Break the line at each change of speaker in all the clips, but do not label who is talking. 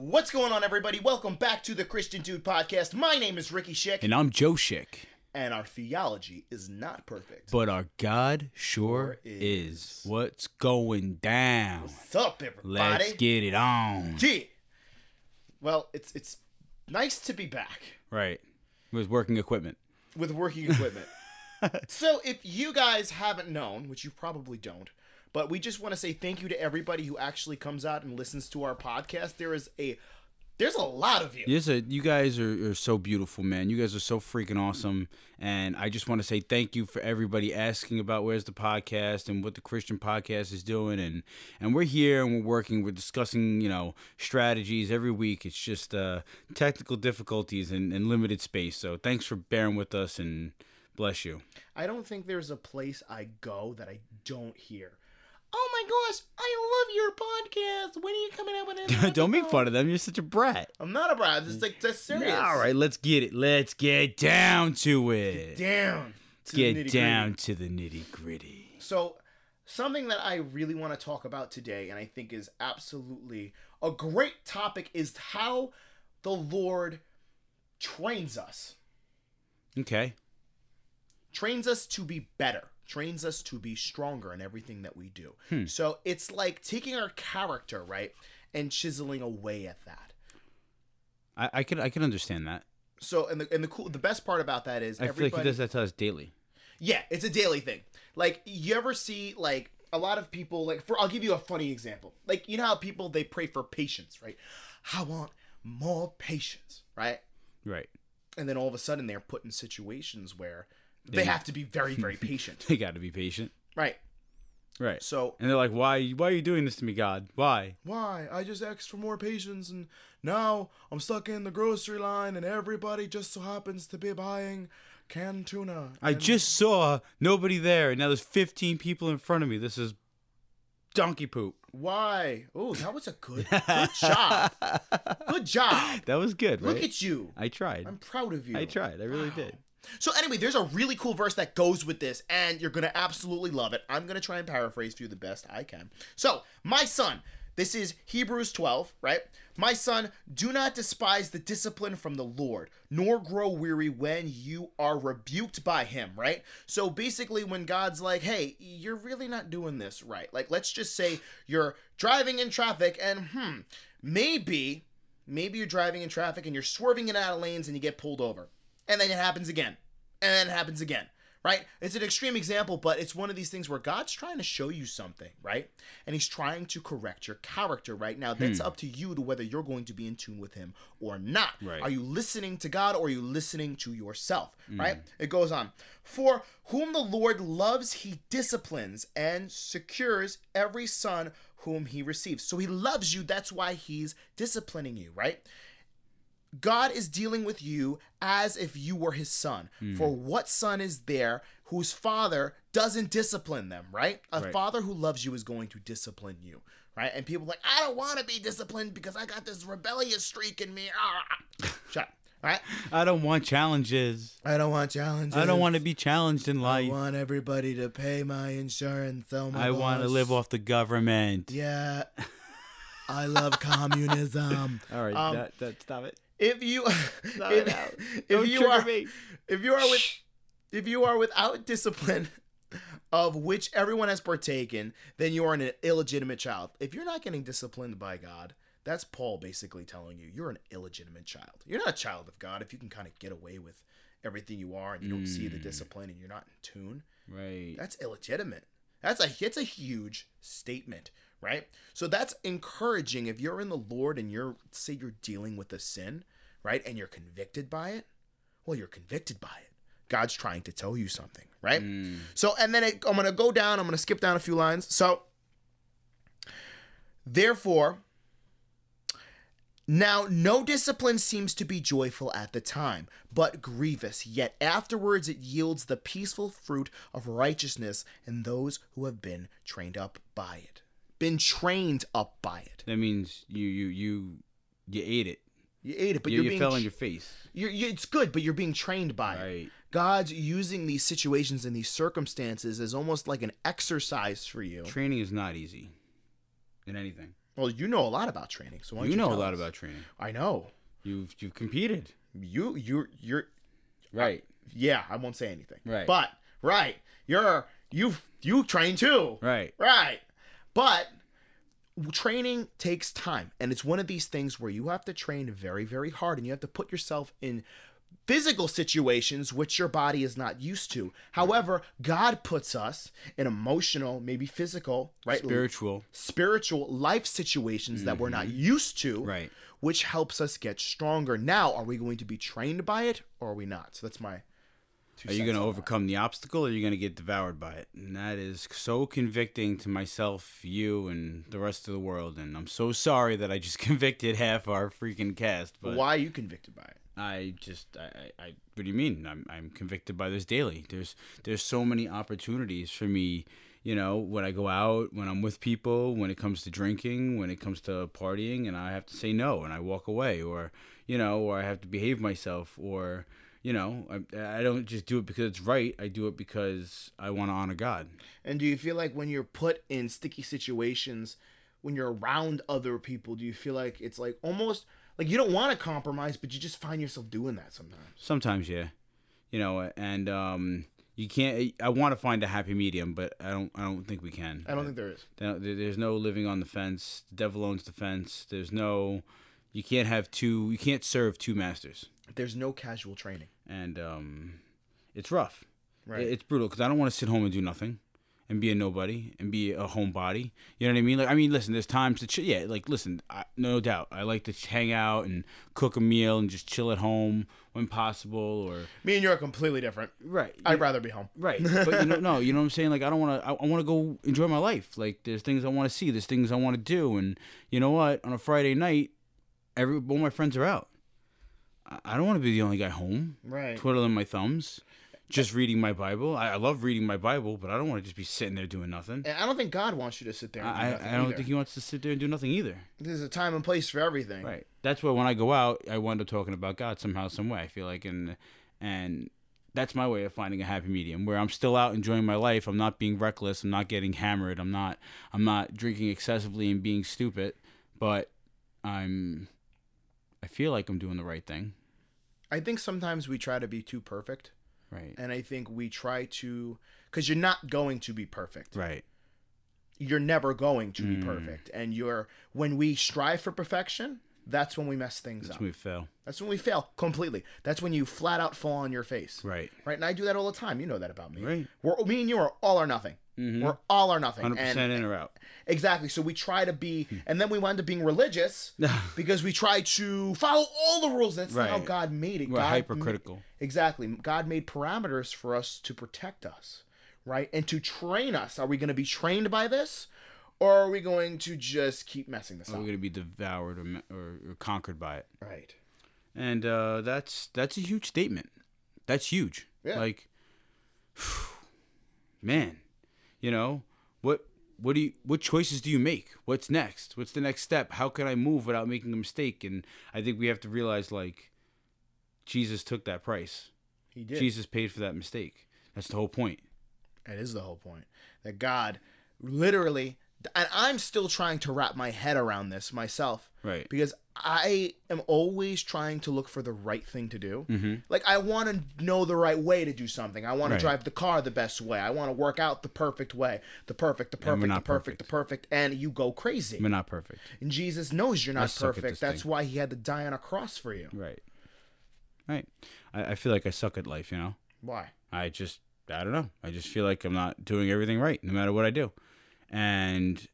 What's going on, everybody? Welcome back to the Christian Dude Podcast. My name is Ricky Schick,
And I'm Joe Schick,
and our theology is not perfect.
but our God sure
Sure
is.
is.
What's going down?
What's up, everybody?
Let's get it on.
Yeah. Well, it's it's nice to be back
Right. It was working equipment.
with working equipment. so, if you guys haven't known, which you probably don't, but we just want to say thank you to everybody who actually comes out and listens to our podcast. There is a there's a lot of you.
Yes, uh, you guys are, are so beautiful, man. You guys are so freaking awesome. And I just want to say thank you for everybody asking about where's the podcast and what the Christian podcast is doing. And and we're here and we're working. We're discussing, you know, strategies every week. It's just uh, technical difficulties and, and limited space. So thanks for bearing with us and bless you.
I don't think there's a place I go that I don't hear. Oh my gosh, I love your podcast. When are you coming out with an
Don't make fun of them. You're such a brat.
I'm not a brat. It's like that's serious.
All right, let's get it. Let's get down to it.
down. to the
Get
nitty-gritty.
down to the nitty gritty.
So, something that I really want to talk about today, and I think is absolutely a great topic, is how the Lord trains us,
Okay.
trains us to be better, trains us to be stronger in everything that we do.
Hmm.
So, it's like taking our character, right, and chiseling away at that.
I, I could I could understand that.
So, and the and the cool, the best part about that is
I feel like
everybody.
he does that to us daily.
Yeah, it's a daily thing. Like you ever see like a lot of people like for I'll give you a funny example. Like you know how people they pray for patience, right? I want more patience, right?
Right.
And then all of a sudden they're put in situations where they have to be very very patient,
They got to be patient.
right?
Right.
So
And they're like, why why are you doing this to me, God? Why?
why I just asked for more patience and now I'm stuck in the grocery line and everybody just so happens to be buying canned tuna.
I just saw nobody there, and now there's 15 people in front of me. This is donkey poop.
why? Oh, that was a good good job. Good job.
That was good, right?
Look at you.
I tried.
I'm proud of you.
I tried. I really did.
So anyway, there's a really cool verse that goes with this, and you're gonna absolutely love it. I'm gonna try and paraphrase for you the best I can. So, my son, this is Hebrews 12, right? My son, do not despise the discipline from the Lord, nor grow weary when you are rebuked by him, right? So basically, when God's like, hey, you're really not doing this right. Like, let's just say you're driving in traffic, and hmm, maybe, maybe you're driving in traffic and you're swerving in and out of lanes and you get pulled over and then it happens again and then it happens again right it's an extreme example but it's one of these things where god's trying to show you something right and he's trying to correct your character right now that's up to you to whether you're going to be in tune with him or not
Right.
are you listening to god or are you listening to yourself right it goes on for whom the lord loves he disciplines and secures every son whom he receives so he loves you that's why he's disciplining you right God is dealing with you as if you were his son. For what son is there whose father doesn't discipline them, right? A
Right.
father who loves you is going to discipline you, right? And people are like, I don't want to be disciplined because I got this rebellious streak in me. Ah. Shut up, right?
I don't want challenges.
I don't want challenges.
I don't want to be challenged in life.
want everybody to pay my insurance. Oh my
I want to live off the government.
Yeah. I love communism.
All right,
Um,
that, that, stop it.
If you
Stop
if,
it out.
if
Don't
you
trigger
are
me.
if you are with if you are without discipline of which everyone has partaken then you are an illegitimate child if you're not getting disciplined by god that's paul basically telling you you're an illegitimate child you're not a child of god if you can kind of get away with everything you are and you don't see the discipline and you're not in tune
Right.
that's illegitimate. That's a it's a huge statement, right? So that's encouraging if you're in the Lord and you're say you're dealing with a sin, right? And you're convicted by it. Well, you're convicted by it. God's trying to tell you something, right? So and then it, I'm going to go down, I'm going to skip down a few lines. So therefore now, no discipline seems to be joyful at the time, but grievous, yet afterwards it yields the peaceful fruit of righteousness in those who have been trained up by it. Been trained up by it.
That means you you you you ate it.
You ate it, but
you
you're
you
being.
fell on
tr-
your face.
you're, you it's good, but you're being trained by it.
Right.
God's using these situations and these circumstances as almost like an exercise for you.
Training is not easy in anything.
Well, you know a lot about training, so why don't
You
you,
know a
tell
lot
us?
about training.
I know
You've you've competed.
you. You. You're.
Right.
Yeah, I won't say anything.
Right.
But right, you're you've you train too.
Right.
Right. But training takes time. And it's one of these things where you have to train very, very hard and you have to put yourself in physical situations which your body is not used to. However, God puts us in emotional, maybe physical, right?
Spiritual.
spiritual life situations that we're not used to,
Mm-hmm. Right.
which helps us get stronger. Now, are we going to be trained by it or are we not? So that's my two
Are you
cents
going to
on
overcome the obstacle or are you going to get devoured by it? And that is so convicting to myself, you, and the rest of the world. And I'm so sorry that I just convicted half our freaking cast.
that.
But
Why are you convicted by it?
I just, I, I, I, what do you mean? I'm, I'm convicted by this daily. There's, there's so many opportunities for me. You know, when I go out, when I'm with people, when it comes to drinking, when it comes to partying, and I have to say no, and I walk away, or you know, or I have to behave myself, or you know, I, I don't just do it because it's right. I do it because I want to honor God.
And do you feel like when you're put in sticky situations, when you're around other people, do you feel like it's like almost like you don't want to compromise, but you just find yourself doing that sometimes?
Sometimes, yeah. You know, and um, you can't. I want to find a happy medium, but I don't. I don't think we can.
I don't think there is.
There- there- There's no living on the fence. The devil owns the fence. There's no, you can't have two. You can't serve two masters,
There's no casual training.
and um, it's rough.
Right.
It- It's brutal because I don't want to sit home and do nothing, and be a nobody and be a homebody. You know what I mean? Like I mean, listen. There's times to chill. Yeah, like listen. I, no doubt, I like to ch- hang out and cook a meal and just chill at home when possible. Or
Me and you are completely different.
right.
I'd rather be home.
Right, but you know, no, you know what I'm saying. Like, I don't want to. I, I want to go enjoy my life. Like, there's things I want to see. There's things I want to do. And you know what? On a Friday night, every all my friends are out. I, I don't want to be the only guy home,
Right.
twiddling my thumbs, just reading my Bible. I, I love reading my Bible, but I don't want to just be sitting there doing nothing.
And I don't think God wants you to sit there. And do
I,
nothing
I, I don't
either.
think he wants to sit there and do nothing either.
There's a time and place for everything.
Right. That's why when I go out, I wind up talking about God somehow, some way. I feel like, and and that's my way of finding a happy medium where I'm still out enjoying my life. I'm not being reckless. I'm not getting hammered. I'm not. I'm not drinking excessively and being stupid. But I'm. I feel like I'm doing the right thing.
I think sometimes we try to be too perfect,
Right.
and I think we try to because you're not going to be perfect.
Right.
You're never going to
Hmm.
be perfect, and you're when we strive for perfection, that's when we mess things
That's
up.
when we fail.
That's when we fail completely. That's when you flat out fall on your face.
Right.
Right, and I do that all the time. You know that about me.
Right. Mm-hmm.
We're me and you are all or nothing. We're all or nothing.
Hundred
And-
percent Hmm. in or out.
Exactly. So we try to be, and then we wind up being religious because we try to follow all the rules. That's not how
Right.
God made it.
We're
God
hypercritical.
ma- exactly. God made parameters for us to protect us, right? And to train us. Are we going to be trained by this? Or are we going to just keep messing this
We're
up?
gonna be devoured or, ma- or, or conquered by it.
Right.
and uh, that's that's a huge statement. That's huge.
Yeah.
Like, man, you know what? What do you? What choices do you make? What's next? What's the next step? How can I move without making a mistake? And I think we have to realize like, Jesus took that price.
He did.
Jesus paid for that mistake. That's the whole point.
That is the whole point. That God literally, and I'm still trying to wrap my head around this myself.
Right.
Because I am always trying to look for the right thing to do.
Mm-hmm.
Like, I want to know the right way to do something. I want
Right.
to drive the car the best way. I want to work out the perfect way. The perfect, the perfect, the
not
perfect, the perfect. And you go crazy.
We're not perfect.
And Jesus knows you're not
suck at
perfect.
this
That's
thing.
why he had to die on a cross for you.
Right. Right. I, I feel like I suck at life. You know.
Why?
I just I don't know. I just feel like I'm not doing everything right no matter what I do. And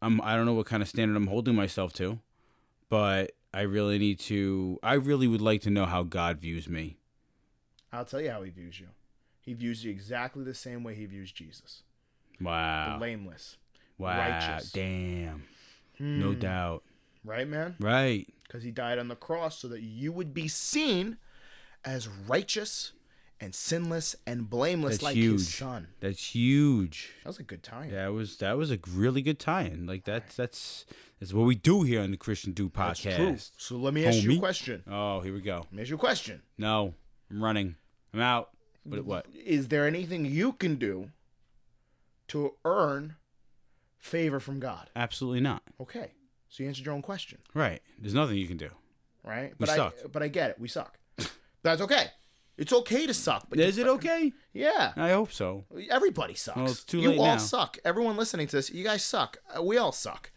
I'm I don't know what kind of standard I'm holding myself to, but I really need to I really would like to know how God views me.
I'll tell you how he views you. He views you exactly the same way he views Jesus.
Wow.
Blameless.
Wow.
righteous. Hmm.
Damn. No doubt.
Right, man?
Right.
because he died on the cross so that you would be seen as righteous and sinless and blameless
That's
like
huge.
his son.
That's huge.
That was a good time.
That was that was a really good tie-in. Like that's that's that's what we do here on the Christian Do
That's true.
podcast.
So let me ask you
Homie.
a question.
Oh, here we go.
Let me ask you a question.
No, I'm running. I'm out. But what?
Is there anything you can do to earn favor from God?
Absolutely not.
Okay. So you answered your own question,
Right. There's nothing you can do.
right? But I
suck.
but I get it. We suck. That's okay. It's okay to suck, but
Is it okay?
yeah.
I hope so.
Everybody sucks.
Well, it's too
you
late
all
now.
suck. Everyone listening to this, you guys suck. Uh, We all suck.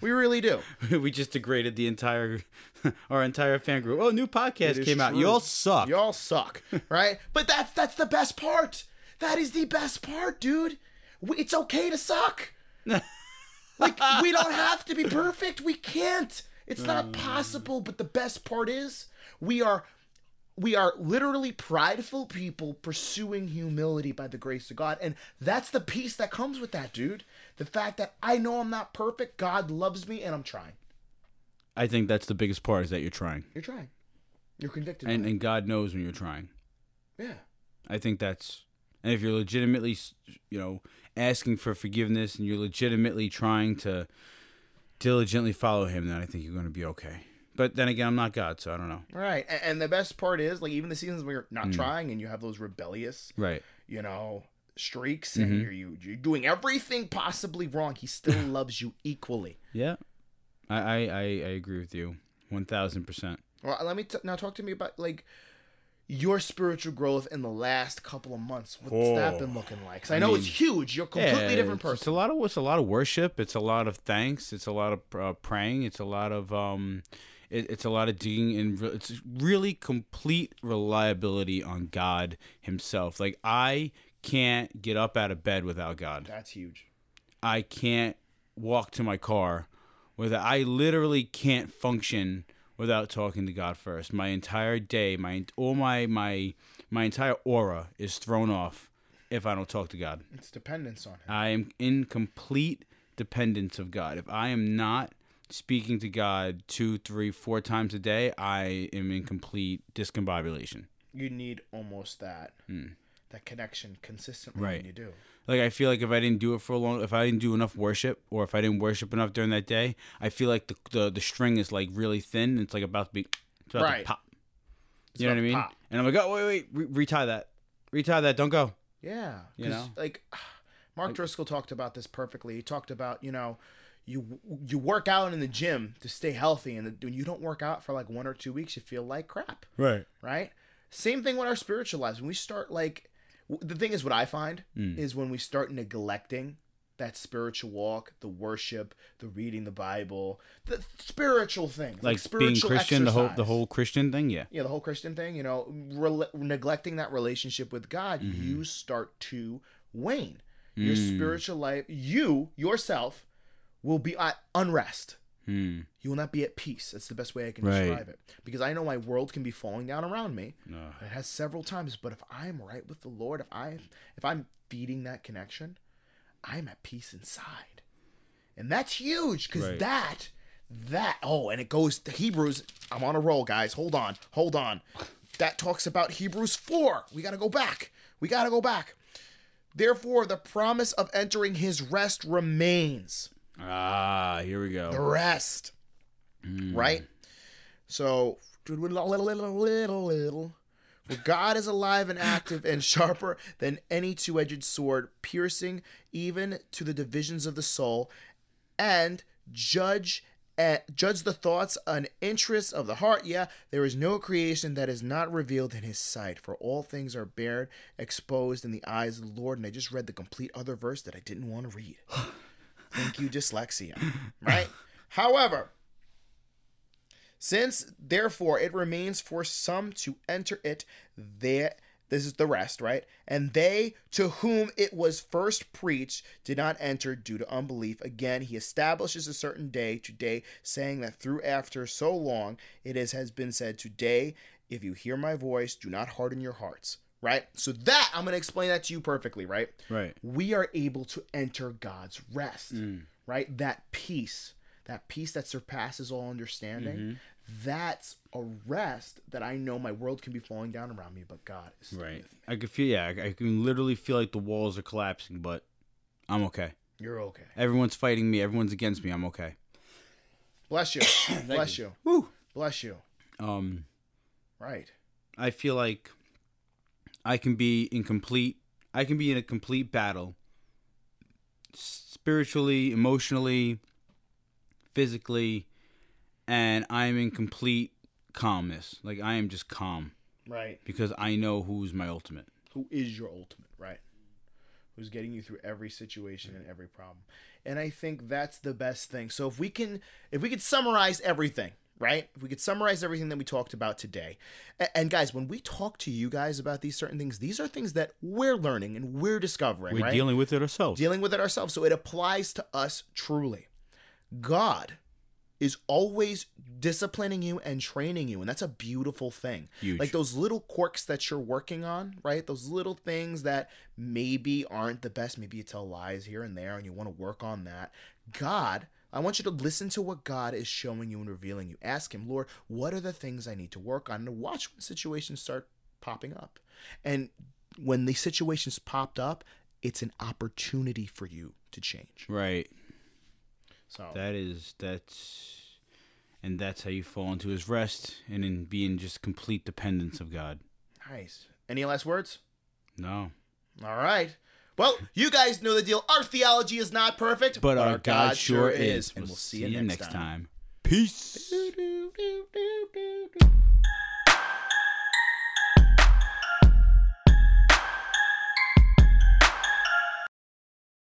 We really do.
we just degraded the entire our entire fan group. Oh, new podcast
is
came out.
true.
You all suck.
Y'all suck, right? But that's that's the best part. That is the best part, dude. We, it's okay to suck. like we don't have to be perfect. We can't. It's
Mm.
not possible, but the best part is we are we are literally prideful people pursuing humility by the grace of God. And that's the peace that comes with that, dude. The fact that I know I'm not perfect, God loves me and I'm trying.
I think that's the biggest part is that you're trying.
You're trying. You're convicted.
And and God knows when you're trying.
yeah.
I think that's and if you're legitimately, you know, asking for forgiveness and you're legitimately trying to diligently follow him, then I think you're going to be okay. But then again, I'm not God, so I don't know.
Right. And, and the best part is, like, even the seasons where you're not
Mm.
trying and you have those rebellious,
Right.
you know, streaks and
Mm-hmm.
you're, you, you're doing everything possibly wrong, he still loves you equally.
Yeah. I I I, I agree with you 1000%.
Well, let me t- now talk to me about, like, your spiritual growth in the last couple of months. What's that
Oh.
been looking like? 'Cause I, know it's huge. You're a completely
Yeah,
different
it's- It's a
person.
lot of it's a lot of worship. It's a lot of thanks. It's a lot of uh, praying. It's a lot of um, it, it's a lot of digging and re- it's really complete reliability on God Himself. Like I can't get up out of bed without God.
That's huge.
I can't walk to my car without. I literally can't function without talking to God first. My entire day, my all my my my entire aura is thrown off if I don't talk to God.
It's dependence on him.
I am in complete dependence of God. If I am not speaking to God two, three, four times a day, I am in complete discombobulation.
You need almost that. That connection consistently
Hmm. Right.
when you do.
Like I feel like if I didn't do it for a long, if I didn't do enough worship, or if I didn't worship enough during that day, I feel like the the, the string is like really thin. And it's like about to be, it's about
Right.
to pop. You know
about
what I
to
mean?
pop.
And I'm like, oh wait, wait, re- retie that, retie that. Don't go.
Yeah,
You
because
know?
like Mark Driscoll talked about this perfectly. He talked about you know you you work out in the gym to stay healthy, and when you don't work out for like one or two weeks, you feel like crap,
Right.
right? Same thing with our spiritual lives. When we start like w- the thing is, what I find
Mm.
is when we start neglecting that spiritual walk, the worship, the reading the Bible, the spiritual things
Like, being
spiritual
Christian, the whole the
exercise
whole Christian thing. Yeah.
you know, the whole Christian thing, you know, rel neglecting that relationship with God, you start to wane. Your spiritual life, you yourself, will be at unrest.
Hmm.
You will not be at peace. That's the best way I can
Right.
describe it. Because I know my world can be falling down around me.
Ugh.
It has several times, but if I'm right with the Lord, if I if I'm feeding that connection, I'm at peace inside. And that's huge cuz
Right.
that that oh, and it goes to Hebrews. I'm on a roll, guys. Hold on. Hold on. That talks about Hebrews 4. We got to go back. We got to go back. Therefore, the promise of entering his rest remains
Ah, here we
the
go.
rest. Right? So, little, little, little, little, little. For God is alive and active and sharper than any two edged sword, piercing even to the divisions of the soul, and judge. eh, judge the thoughts and interests of the heart. Yeah, there is no creation that is not revealed in his sight, for all things are bared, exposed in the eyes of the Lord. And I just read the complete other verse that I didn't want to read. Thank you, dyslexia. Right? However, since therefore it remains for some to enter it, there this is the rest, right? And they to whom it was first preached did not enter due to unbelief. Again, he establishes a certain day today, saying that through after so long it is has been said, Today, if you hear my voice, do not harden your hearts. Right? So that I'm gonna explain that to you perfectly, right?
Right. Hmm.
we are able to enter God's rest, right? That peace, that peace that surpasses all understanding, that's a rest that I know my world can be falling down around me, but God is still
Right.
with me.
I could feel. Yeah. I I can literally feel like the walls are collapsing, but I'm okay.
You're okay.
Everyone's fighting me. Everyone's against me. I'm okay.
Bless you. Bless you.
Woo.
Bless you.
Um,
Right.
I feel like I can be in complete. I can be in a complete battle, spiritually, emotionally, physically, and I am in complete calmness. Like I am just calm
Right.
because I know who's my ultimate.
Who is your ultimate, right? Who's getting you through every situation and every problem. And I think that's the best thing. So if we can if we could summarize everything, right? If we could summarize everything that we talked about today. A- And guys, when we talk to you guys about these certain things, these are things that we're learning and we're discovering,
We're
right?
dealing with it ourselves.
dealing with it ourselves. So it applies to us truly. God is always disciplining you and training you, and that's a beautiful thing.
Huge.
Like those little quirks that you're working on, right? Those little things that maybe aren't the best. Maybe you tell lies here and there, and you want to work on that. God. I want you to listen to what God is showing you and revealing you. Ask Him, Lord, what are the things I need to work on? And watch when situations start popping up. And when the situations popped up, it's an opportunity for you to change.
right.
So
That is that's and that's how you fall into his rest and in being just complete dependence of God.
nice. Any last words?
No.
All right. Well, you guys know the deal. Our theology is not perfect,
But our God sure is.
And we'll see you next time.
Peace.
Do, do, do, do, do.